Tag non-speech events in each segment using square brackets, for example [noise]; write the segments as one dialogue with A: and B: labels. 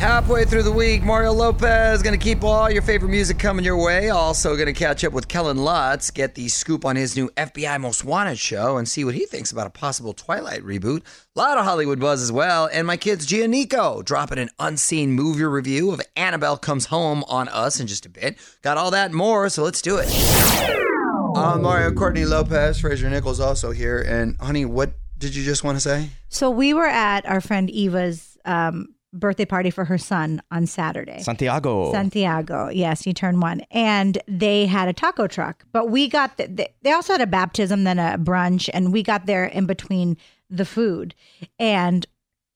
A: Halfway through the week, Mario Lopez going to keep all your favorite music coming your way. Also going to catch up with Kellen Lutz, get the scoop on his new FBI Most Wanted show, and see what he thinks about a possible Twilight reboot. A lot of Hollywood buzz as well. And my kids, Giannico, dropping an unseen movie review of Annabelle Comes Home on us in just a bit. Got all that and more, so let's do it.
B: I'm Mario Courtney Lopez. Fraser Nichols also here. And honey, what did you just want to say?
C: So we were at our friend Eva's um, birthday party for her son on Saturday.
D: Santiago.
C: Santiago, yes, he turned one, and they had a taco truck. But we got the, they- they also had a baptism, then a brunch, and we got there in between the food. And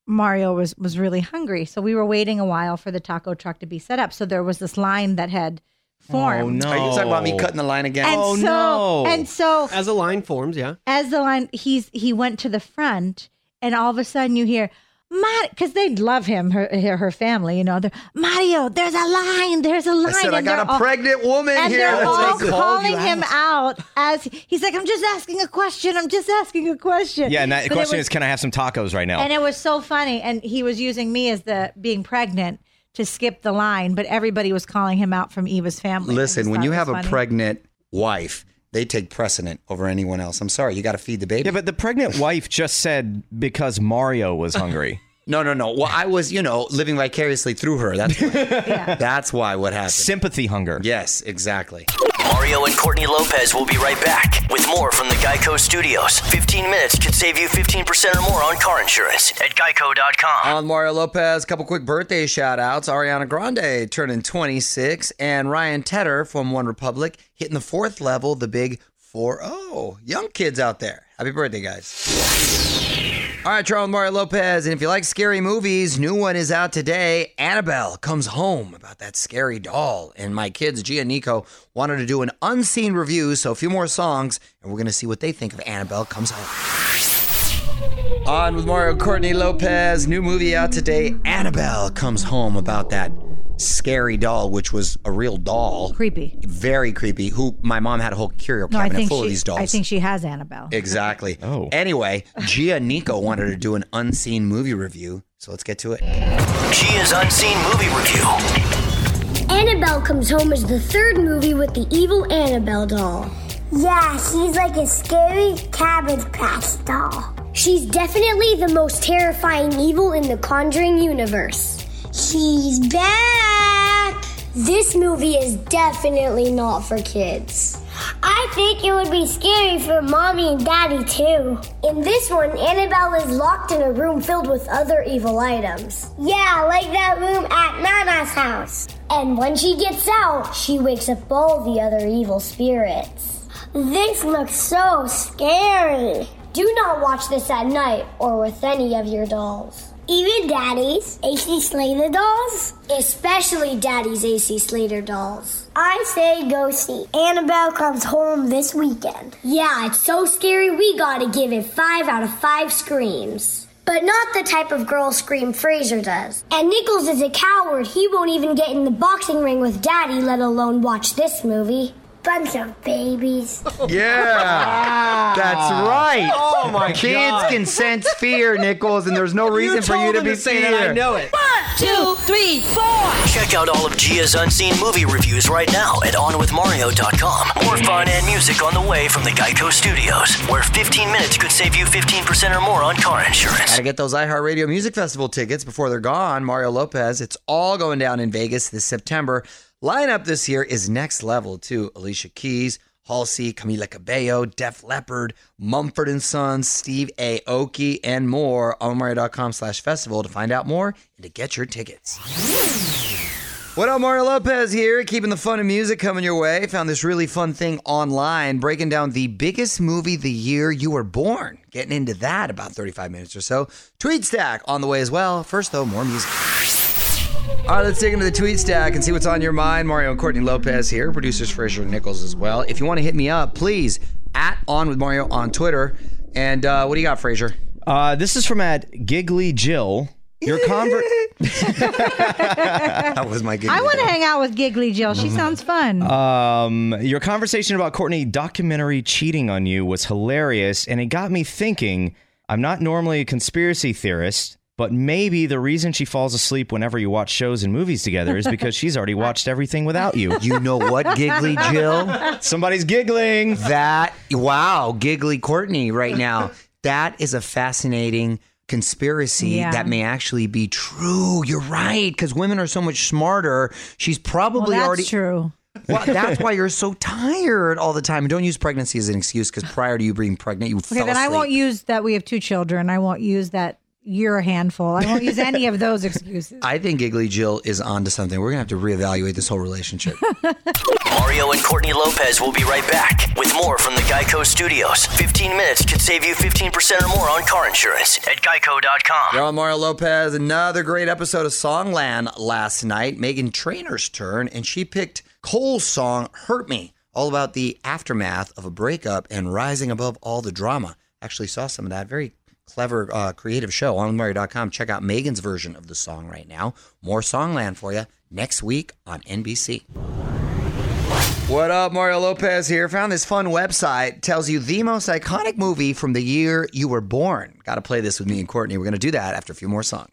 C: Mario was was really hungry, so we were waiting a while for the taco truck to be set up. So there was this line that had formed.
D: oh no!
B: Are you talking about me cutting the line again?
C: And
D: Oh,
C: so,
D: no.
C: And so
E: As a line forms, yeah.
C: as the line he's he went to the front and all of a sudden you hear Mario, because they love him, her, her her family, you know. They're, Mario, there's a line, there's a line.
B: I said I
C: and
B: got
C: they're
B: a
C: all-
B: pregnant woman
C: and
B: here.
C: they're all
D: They called you
C: calling him out as he's like, I'm just asking a question. I'm just asking a question.
D: yeah, and that
C: But it
D: question
C: was-
D: is, can I have some tacos right now?
C: And it was so funny. And he was using me as the being pregnant to skip the line, but everybody was calling him out from Eva's family. I just
B: Listen, when
C: thought
B: you
C: it was
B: have a
C: funny.
B: pregnant wife, they take precedent over anyone else. I'm sorry, you got to feed the baby.
D: yeah, but the pregnant wife just said because Mario was hungry.
B: no, no, no. Well, I was, you know, living vicariously through her. That's why. That's why what happened.
D: Sympathy hunger.
B: yes, exactly.
F: Mario and Courtney Lopez will be right back with more from the Geico Studios. 15 minutes could save you 15% or more on car insurance at geico.com.
A: On Mario Lopez, a couple quick birthday shout outs. Ariana Grande turning 26, and Ryan Tedder from One Republic hitting the fourth level, the big 4
B: oh.
A: 0. Young kids out there. Happy birthday, guys. All right, Charles Mario Lopez. And if you like scary movies, new one is out today. Annabelle comes home about that scary doll. And my kids, Gia and Nico, wanted to do an unseen review, so a few more songs, and we're going to see what they think of Annabelle comes home. On with Mario Courtney Lopez. New movie out today.
B: Annabelle comes home about that scary doll, which was a real doll,
C: creepy.
B: very creepy. Who my mom had a whole curio
C: No, I
B: cabinet
C: think
B: full
C: she,
B: of these dolls.
C: I think she has Annabelle.
B: Exactly.
D: Oh.
B: Anyway, Gia Nico wanted to do an unseen movie review, so let's get to it.
F: Gia's Unseen Movie Review.
G: Annabelle Comes Home is the third movie with the evil Annabelle doll.
H: Yeah, she's like a scary cabbage patch doll.
G: She's definitely the most terrifying evil in the Conjuring universe.
H: She's back.
G: This movie is definitely not for kids.
H: I think it would be scary for mommy and daddy too.
G: In this one, Annabelle is locked in a room filled with other evil items.
H: Yeah, like that room at Nana's house.
G: And when she gets out, she wakes up all the other evil spirits.
H: This looks so scary.
G: Do not watch this at night or with any of your dolls.
H: Even daddy's. AC Slater dolls?
G: Especially Daddy's AC Slater dolls.
H: I say go see Annabelle Comes Home this weekend.
G: Yeah, it's so scary we gotta give it 5 out of 5 screams. But not the type of girl scream Fraser does. And Nichols is a coward. He won't even get in the boxing ring with Daddy, let alone watch this movie.
H: Bunch of babies.
A: Yeah. That's right. Oh my Kids
E: God.
A: can sense fear, Nichols, and there's no reason for you
E: told
A: to
E: him
A: be
E: say that,
A: scared.
E: I know it.
C: Two, three, four.
F: Check out all of Gia's Unseen Movie Reviews right now at OnWithMario.com. More fun and music on the way from the Geico Studios, where 15 minutes could save you 15% or more on car insurance.
A: Gotta get those iHeartRadio Music Festival tickets before they're gone. Mario Lopez, it's all going down in Vegas this September. Lineup this year is next level too. Alicia Keys, Halsey, Camila Cabello, Def Leppard, Mumford and Sons, Steve Aoki, and more. On Mario.com slash festival to find out more and to get your tickets. What up, Mario Lopez here, keeping the fun and music coming your way. Found this really fun thing online breaking down the biggest movie the year you were born. Getting into that about 35 minutes or so. Tweet stack on the way as well. First, though, more music. All right, let's dig into the tweet stack and see what's on your mind. Mario and Courtney Lopez here, producers Fraser Nichols as well. If you want to hit me up, please at On with Mario on Twitter. And uh, what do you got, Fraser?
D: Uh, this is from at Giggly Jill. Your convert.
B: That was my good.
C: I want to hang out with Giggly Jill. She sounds fun.
D: Um, your conversation about Courtney documentary cheating on you was hilarious, and it got me thinking. I'm not normally a conspiracy theorist, But maybe the reason she falls asleep whenever you watch shows and movies together is because she's already watched everything without you.
A: You know what, Giggly Jill?
D: Somebody's giggling.
A: That, wow, Giggly Courtney right
C: [laughs]
A: now. That is a fascinating conspiracy
C: Yeah.
A: that may actually be true. You're right, because women are so much smarter. She's
C: Well,
A: probably
C: that's
A: already.
C: true.
A: Well, that's why you're
C: [laughs]
A: so tired all the time. Don't use pregnancy as an excuse, because prior to you being pregnant, you
C: Okay,
A: fell
C: then I
A: asleep.
C: won't use that we have two children. I won't use that you're a handful. I won't use any of those excuses.
A: I think Giggly Jill is onto something. We're gonna have to reevaluate this whole
C: [laughs]
A: relationship.
F: Mario and Courtney Lopez will be right back with more from the Geico Studios. 15 minutes could save you 15% or more on car insurance at geico.com.
A: Y'all, Mario Lopez. Another great episode of Songland last night. Megan Trainor's turn, and she picked Cole's song "Hurt Me," all about the aftermath of a breakup and rising above all the drama. Actually, saw some of that. Very clever, uh, creative show on Mario.com. Check out Megan's version of the song right now. More Songland for you next week on NBC. What up, Mario Lopez here. Found this fun website. Tells you the most iconic movie from the year you were born. Got to play this with me and Courtney. We're going to do that after a few more songs.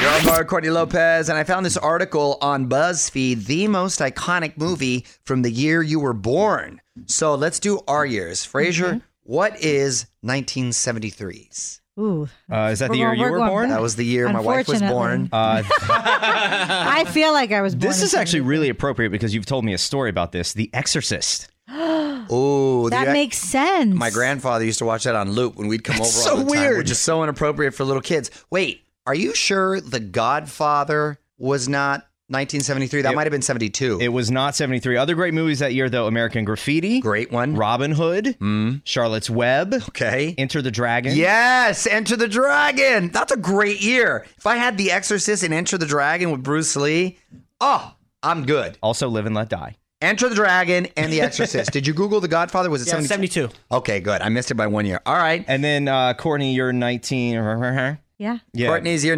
A: You're on Mario Courtney Lopez, and I found this article on BuzzFeed, the most iconic movie from the year you were born. So let's do our years. Frazier,
C: Mm-hmm.
A: what is 1973's?
C: [laughs] Ooh,
D: Uh, is that the
C: Well,
D: year you
C: we're
D: were
C: going
D: born?
A: That was the year my wife was born.
C: Unfortunately. [laughs] Uh, I feel like I was. Born
D: This
C: in
D: is actually really appropriate because you've told me a story about this. The Exorcist.
A: Oh,
C: that makes sense.
A: My grandfather used to watch that on loop when we'd come over.
D: so
A: all the time,
D: weird.
A: which is so inappropriate for little kids. Wait, are you sure The Godfather was not 1973? That
D: It-
A: might have been 72.
D: It was not 73. Other great movies that year, though American Graffiti,
A: Great one.
D: Robin Hood,
A: Mm, [laughs]
D: Charlotte's Web,
A: okay.
D: Enter the Dragon.
A: Yes, Enter the Dragon. That's a great year. If I had The Exorcist and Enter the Dragon with Bruce Lee, oh, I'm good.
D: Also Live and Let Die.
A: Enter the Dragon and The
D: [laughs]
A: Exorcist. Did you Google The Godfather? Was it
E: Yeah,
A: 72?
E: 72.
A: Okay, good. I missed it by one year. All right.
D: And then uh, Courtney, you're 19.
C: yeah,
D: [laughs] Yeah,
A: Courtney's year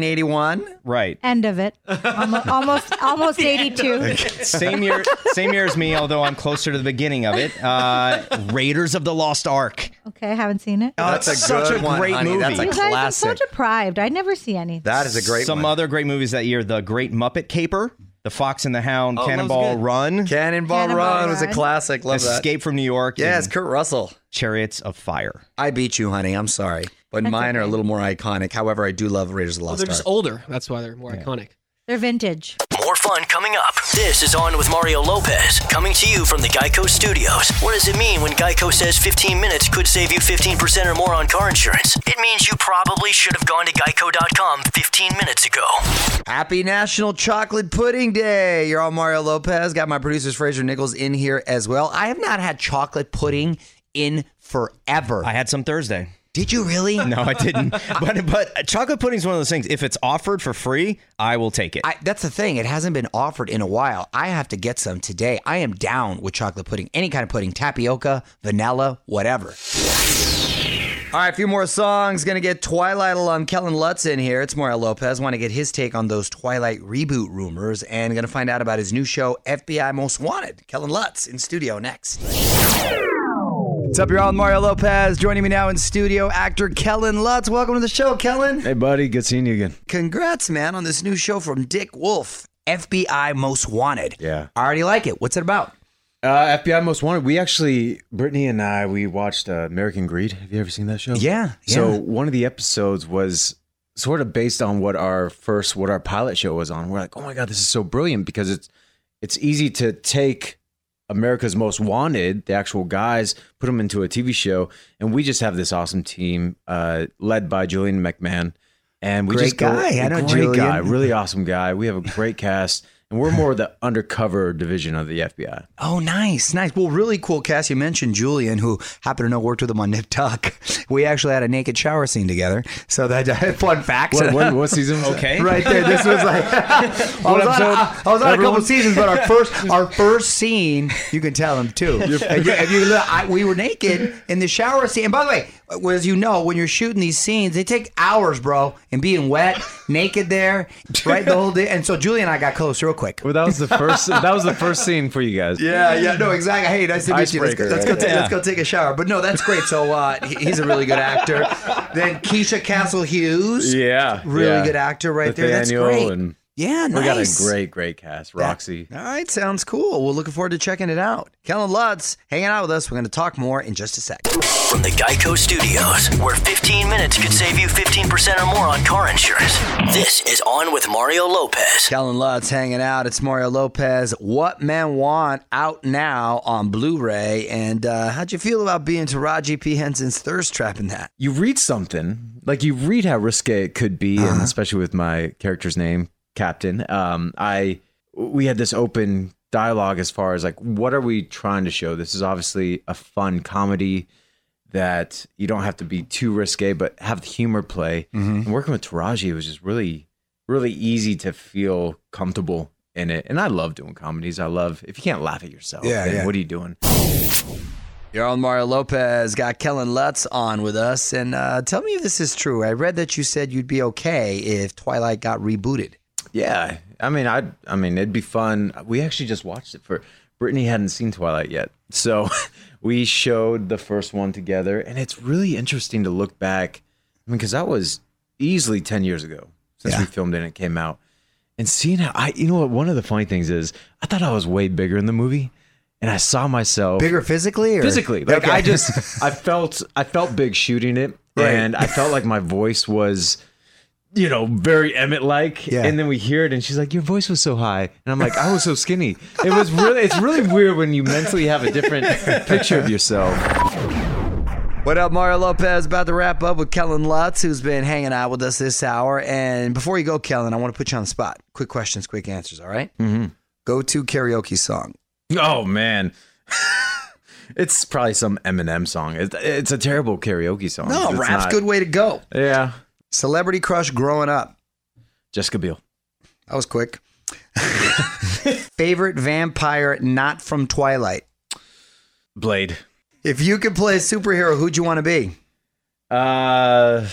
A: 1981.
D: right.
C: end of it. Almost, almost, almost eighty-two.
D: Same
A: [laughs]
D: year, same year as me, although I'm closer to the beginning of it. Uh, Raiders of the Lost Ark.
C: Okay, I haven't seen it.
D: That's a such a great
A: honey.
D: movie.
A: That's a
C: you guys, I'm
A: classic.
C: so deprived. I never see any.
A: That is a great
D: Some
A: one.
D: other great movies that year: The Great Muppet Caper, The Fox and the Hound,
E: Oh, that was
D: Cannonball
E: good.
D: Run,
A: Cannonball,
C: Cannonball
A: Run was a
C: Run.
A: classic. Love
D: Escape from New York,
A: that. Yes,
D: and
A: Kurt Russell.
D: Chariots of Fire.
A: I beat you, honey. I'm sorry, but mine are a little more iconic. However, I do love Raiders of the
E: Well,
A: Lost
E: they're just
A: Ark.
E: older. That's why they're more iconic.
C: They're vintage.
F: More fun coming up. This is On with Mario Lopez, coming to you from the Geico Studios. What does it mean when Geico says 15 minutes could save you 15% or more on car insurance? It means you probably should have gone to geico.com 15 minutes ago.
A: Happy National Chocolate Pudding Day. You're all Mario Lopez. Got my producers Fraser Nichols in here as well. I have not had chocolate pudding in forever.
D: I had some Thursday.
A: Did you
E: [laughs]
A: really?
D: No, I didn't. but but chocolate pudding is one of those things. If it's offered for free, I will take it.
A: I, that's the thing. It hasn't been offered in a while. I have to get some today. I am down with chocolate pudding, any kind of pudding, tapioca, vanilla, whatever. All right, a few more songs. Gonna get Twilight alum Kellen Lutz in here. It's Mario Lopez. Want to get his take on those Twilight reboot rumors, and gonna find out about his new show, FBI Most Wanted. Kellen Lutz in studio next. What's up, y'all? Mario Lopez joining me now in studio. Actor Kellen Lutz. Welcome to the show, Kellen.
I: Hey, buddy, good seeing you again.
A: Congrats, man, on this new show from Dick Wolf, FBI Most Wanted.
I: Yeah.
A: I already like it. What's it about?
I: Uh, FBI Most Wanted. We actually, Brittany and I, we watched uh, American Greed. Have you ever seen that show?
A: Yeah,
I: So
A: yeah.
I: one of the episodes was sort of based on what our first, what our pilot show was on. We're like, oh my god, this is so brilliant because it's it's easy to take America's Most Wanted, the actual guys, put them into a TV show, and we just have this awesome team uh, led by Julian McMahon. And we
A: Great
I: just go,
A: guy. I know
I: great
A: Julian.
I: guy, really awesome guy. We have a great cast, and we're more the undercover division of the FBI.
A: Oh, nice, nice. Well, really cool cast. You mentioned Julian, who happened to know worked with him on Nip Tuck. [laughs] We actually had a naked shower scene together. So that [laughs] fun fact. [laughs]
I: What, what, what season? Was that?
D: Okay.
A: Right there, this was
I: [laughs]
A: like I was, on,
I: episode?
A: I, I was on a couple seasons, but our
I: [laughs]
A: first our first scene, you can tell them too. If you, if you look, I, we were naked in the shower scene. And by the way, well, as you know, when you're shooting these scenes, they take hours, bro, and being wet, naked there, right the whole day. And so Julie and I got close real quick.
I: Well, that was the first. that was the first scene for you guys.
B: Yeah, yeah,
A: No, exactly. Hey, nice to meet you. Let's go,
I: Icebreaker,
A: let's, go
I: right?
A: take, let's go take a shower. But no, that's great. So uh, he- he's a really good actor. Then Keisha Castle Hughes.
I: Yeah,
A: Really
I: yeah.
A: good actor right there. That's
I: Nathaniel
A: great.
I: and-
A: yeah,
I: We got
A: nice.
I: a great, great cast. Roxy.
A: All right, sounds cool. We're looking forward to checking it out. Kellen Lutz hanging out with us. We're going to talk more in just a sec.
F: From the Geico Studios, where 15 minutes could save you 15% or more on car insurance. This is On with Mario Lopez.
A: Kellen Lutz hanging out. It's Mario Lopez. What Men Want out now on Blu-ray. And uh, how'd you feel about being Taraji P Henson's thirst trap in that?
I: You read something like you read how risque it could be,
B: Uh-huh.
I: and especially with my character's name, Captain. Um, I we had this open dialogue as far as like, what are we trying to show? This is obviously a fun comedy that you don't have to be too risque, but have the humor play.
B: Mm-hmm.
I: And working with Taraji, it was just really, really easy to feel comfortable in it. And I love doing comedies. I love if you can't laugh at yourself,
B: Yeah,
I: then
B: yeah.
I: what are you doing?
A: You're on Mario Lopez. Got Kellen Lutz on with us. And uh, tell me if this is true. I read that you said you'd be okay if Twilight got rebooted.
I: Yeah, I mean, I, I mean, it'd be fun. We actually just watched it for Brittany hadn't seen Twilight yet, so [laughs] we showed the first one together, and it's really interesting to look back. I mean, because that was easily ten years ago since we filmed it and it came out, and seeing how I, you know what, one of the funny things is, I thought I was way bigger in the movie, and I saw myself
A: Bigger physically? Or?
I: physically. Like I [laughs] just I felt I felt big shooting it, and I felt like my voice was, you know, very Emmett like.
A: Yeah.
I: And then we hear it, and she's like, "Your voice was so high," and I'm like, "I was so skinny." It was really it's really weird when you mentally have a different picture of yourself.
A: What up, Mario Lopez? About to wrap up with Kellen Lutz, who's been hanging out with us this hour. And before you go, Kellen, I want to put you on the spot. Quick questions, quick answers, all right? Mm-hmm. Go to karaoke song.
I: Oh man. [laughs] It's probably some Eminem song. It's, it's a terrible karaoke song.
A: No,
I: It's
A: rap's
I: not-
A: good way to go.
I: Yeah,
A: Celebrity crush growing up.
I: Jessica Biel.
A: That was quick. [laughs] Favorite vampire not from Twilight.
I: Blade.
A: If you could play a superhero, who'd you want to be?
I: Uh,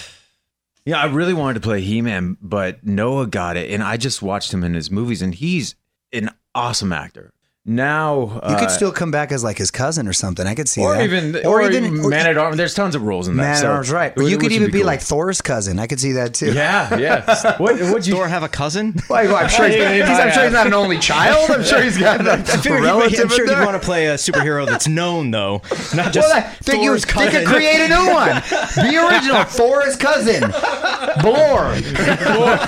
I: yeah, I really wanted to play He Man, but Noah got it, and I just watched him in his movies, and he's an awesome actor. Now
A: You
I: uh,
A: could still come back as like his cousin or something. I could see
I: or
A: that.
I: even or, even man at arms. There's tons of rules in that.
A: man at
I: so-
A: arms, right? Or
I: which-
A: you could
I: which would
A: even be
I: cool.
A: like Thor's cousin. I could see that too.
I: [laughs]
A: [laughs]
I: yeah, yeah. What would you?
D: Thor have a cousin?
A: Like, well, I'm sure he's,
D: Yeah, yeah,
A: he's- I'm
D: yeah.
A: sure he's not an only child. I'm
I: [laughs]
A: sure he's got a
D: Figured you-
A: relative.
D: I'm sure
A: in
D: you
A: there.
D: want to play a superhero that's known, though, not just
A: well, they, they,
D: Thor's
A: could- they
D: cousin.
A: could create a new one. The original Thor's cousin, Boar.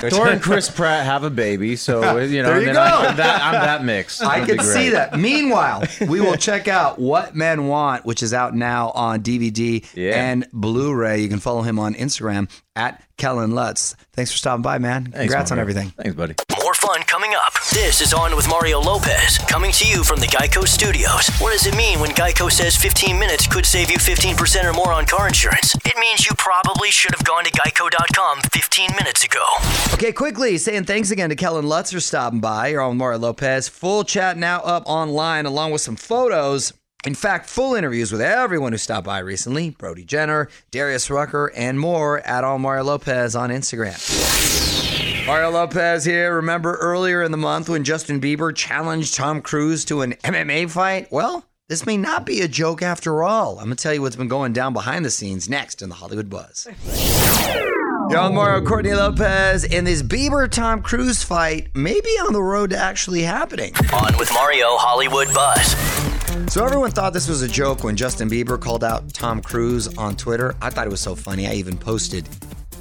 I: [laughs]
A: [laughs]
I: Thor and Chris Pratt have a baby, so you know.
A: There you
I: then I-
A: go.
I: I'm that, I'm that mix.
A: I
I: That'd
A: can
I: be
A: see
I: great.
A: that. Meanwhile, we will check out What Men Want, which is out now on DVD
I: Yeah.
A: and Blu-ray. You can follow him on Instagram at Kellen Lutz. Thanks for stopping by, man.
I: Thanks,
A: Congrats on
I: Mario.
A: everything.
I: Thanks, buddy.
F: More fun coming up. This is On with Mario Lopez, coming to you from the Geico Studios. What does it mean when Geico says 15 minutes could save you 15% or more on car insurance? It means you probably should have gone to geico.com 15 minutes ago.
A: Okay, quickly saying thanks again to Kellen Lutz for stopping by. You're on with Mario Lopez. Full chat now up online, along with some photos. In fact, full interviews with everyone who stopped by recently Brody Jenner, Darius Rucker, and more at All Mario Lopez on Instagram. Mario Lopez here. Remember earlier in the month when Justin Bieber challenged Tom Cruise to an MMA fight? Well, this may not be a joke after all. I'm going to tell you what's been going down behind the scenes next in the Hollywood Buzz. You're on Mario Courtney Lopez, and this Bieber Tom Cruise fight may be on the road to actually happening.
F: On with Mario Hollywood Buzz.
A: So, everyone thought this was a joke when Justin Bieber called out Tom Cruise on Twitter. I thought it was so funny. I even posted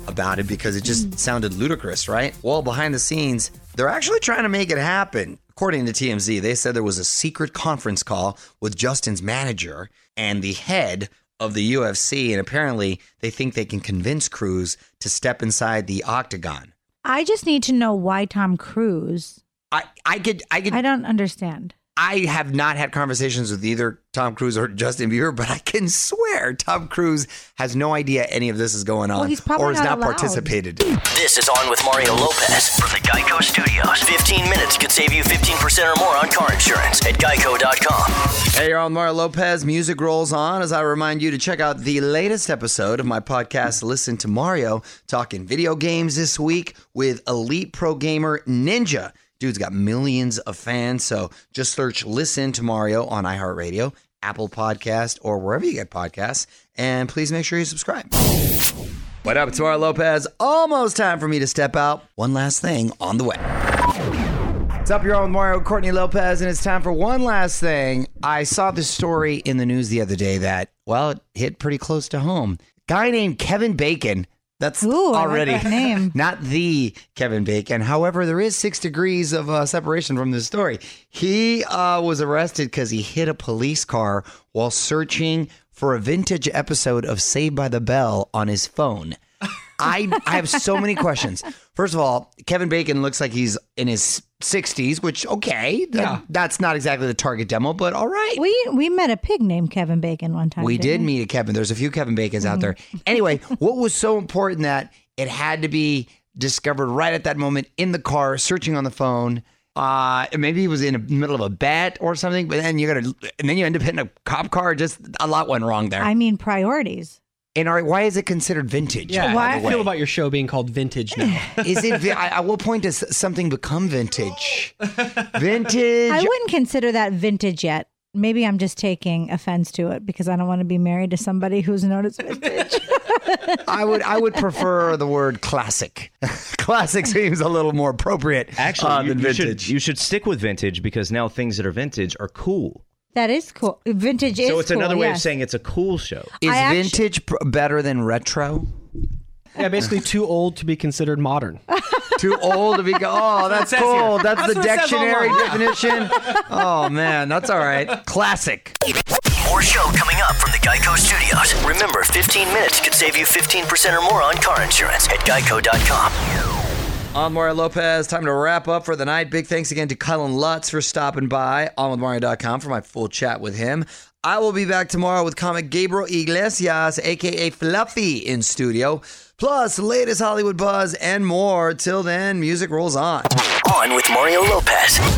A: about it because it just sounded ludicrous, right? Well, behind the scenes, they're actually trying to make it happen. According to TMZ, they said there was a secret conference call with Justin's manager and the head of the UFC, and apparently they think they can convince Cruz to step inside the octagon.
C: I just need to know why Tom Cruise.
A: I, I could I could
C: I don't understand.
A: I have not had conversations with either Tom Cruise or Justin Bieber, but I can [laughs] swear Tom Cruise has no idea any of this is going on
C: Well, he's probably
A: or has not,
C: not allowed.
A: participated.
F: This is On with Mario Lopez from the Geico Studios. 15 minutes could save you 15% or more on car insurance at geico.com.
A: Hey, you're on Mario Lopez. Music rolls on as I remind you to check out the latest episode of my podcast, Listen to Mario, talking video games this week with elite pro gamer Ninja. Dude's got millions of fans. So just search Listen to Mario on iHeartRadio, Apple Podcast, or wherever you get podcasts. And please make sure you subscribe. What up, it's Mario Lopez? Almost time for me to step out. One last thing on the way. What's up, you're on with Mario Courtney Lopez, and it's time for one last thing. I saw this story in the news the other day that, well, it hit pretty close to home. Guy named Kevin Bacon. That's
C: Ooh, I like
A: already
C: that name.
A: [laughs] not the Kevin Bacon. However, there is six degrees of uh, separation from this story. He uh, was arrested because he hit a police car while searching for a vintage episode of Saved by the Bell on his phone. I, I have so
C: [laughs]
A: many questions. First of all, Kevin Bacon looks like he's in his 60s, which, okay, that- that's not exactly the target demo, but all right.
C: We we met a pig named Kevin Bacon one time.
A: We did
C: didn't
A: meet a Kevin. There's a few Kevin Bacons
C: Mm-hmm.
A: out there. Anyway, what was so important that it had to be discovered right at that moment in the car, searching on the phone. Uh, and maybe he was in the middle of a bet or something, but then you're gonna, and then you end up hitting a cop car. Just a lot went wrong there.
C: I mean priorities.
A: and all right, why is it considered vintage?
E: Yeah,
C: Why-
E: how do you feel about your show being called vintage [laughs] now?
A: Is it? vi- I, I will point to s- something become vintage. Vintage.
C: I wouldn't consider that vintage yet. Maybe I'm just taking offense to it because I don't want to be married to somebody who's known as
D: [laughs]
C: vintage.
A: I would I would prefer the word classic. [laughs] classic seems a little more appropriate
D: Actually,
A: uh,
D: you,
A: than
D: you
A: vintage.
D: should, you should stick with vintage because now things that are vintage are cool.
C: that is cool. Vintage is
D: so it's
C: cool,
D: another way of
C: yes.
D: saying it's a cool show.
A: Is
C: I actu-
A: vintage pr- better than retro?
E: yeah, basically too old to be considered modern.
A: Too old to be. Oh, that's
E: it says
A: cool.
E: here.
A: That's,
E: That's
A: the
E: what it says
A: dictionary
E: online.
A: definition.
E: [laughs]
A: oh man, that's all right. Classic.
F: More show coming up from the Geico Studios. Remember, 15 minutes could save you 15% or more on car insurance at geico.com.
A: On Mario Lopez. Time to wrap up for the night. Big thanks again to Cullen Lutz for stopping by. On with Mario.com for my full chat with him. I will be back tomorrow with comic Gabriel Iglesias, aka Fluffy, in studio. Plus, latest Hollywood buzz and more. Till then, music rolls on.
F: On with Mario Lopez.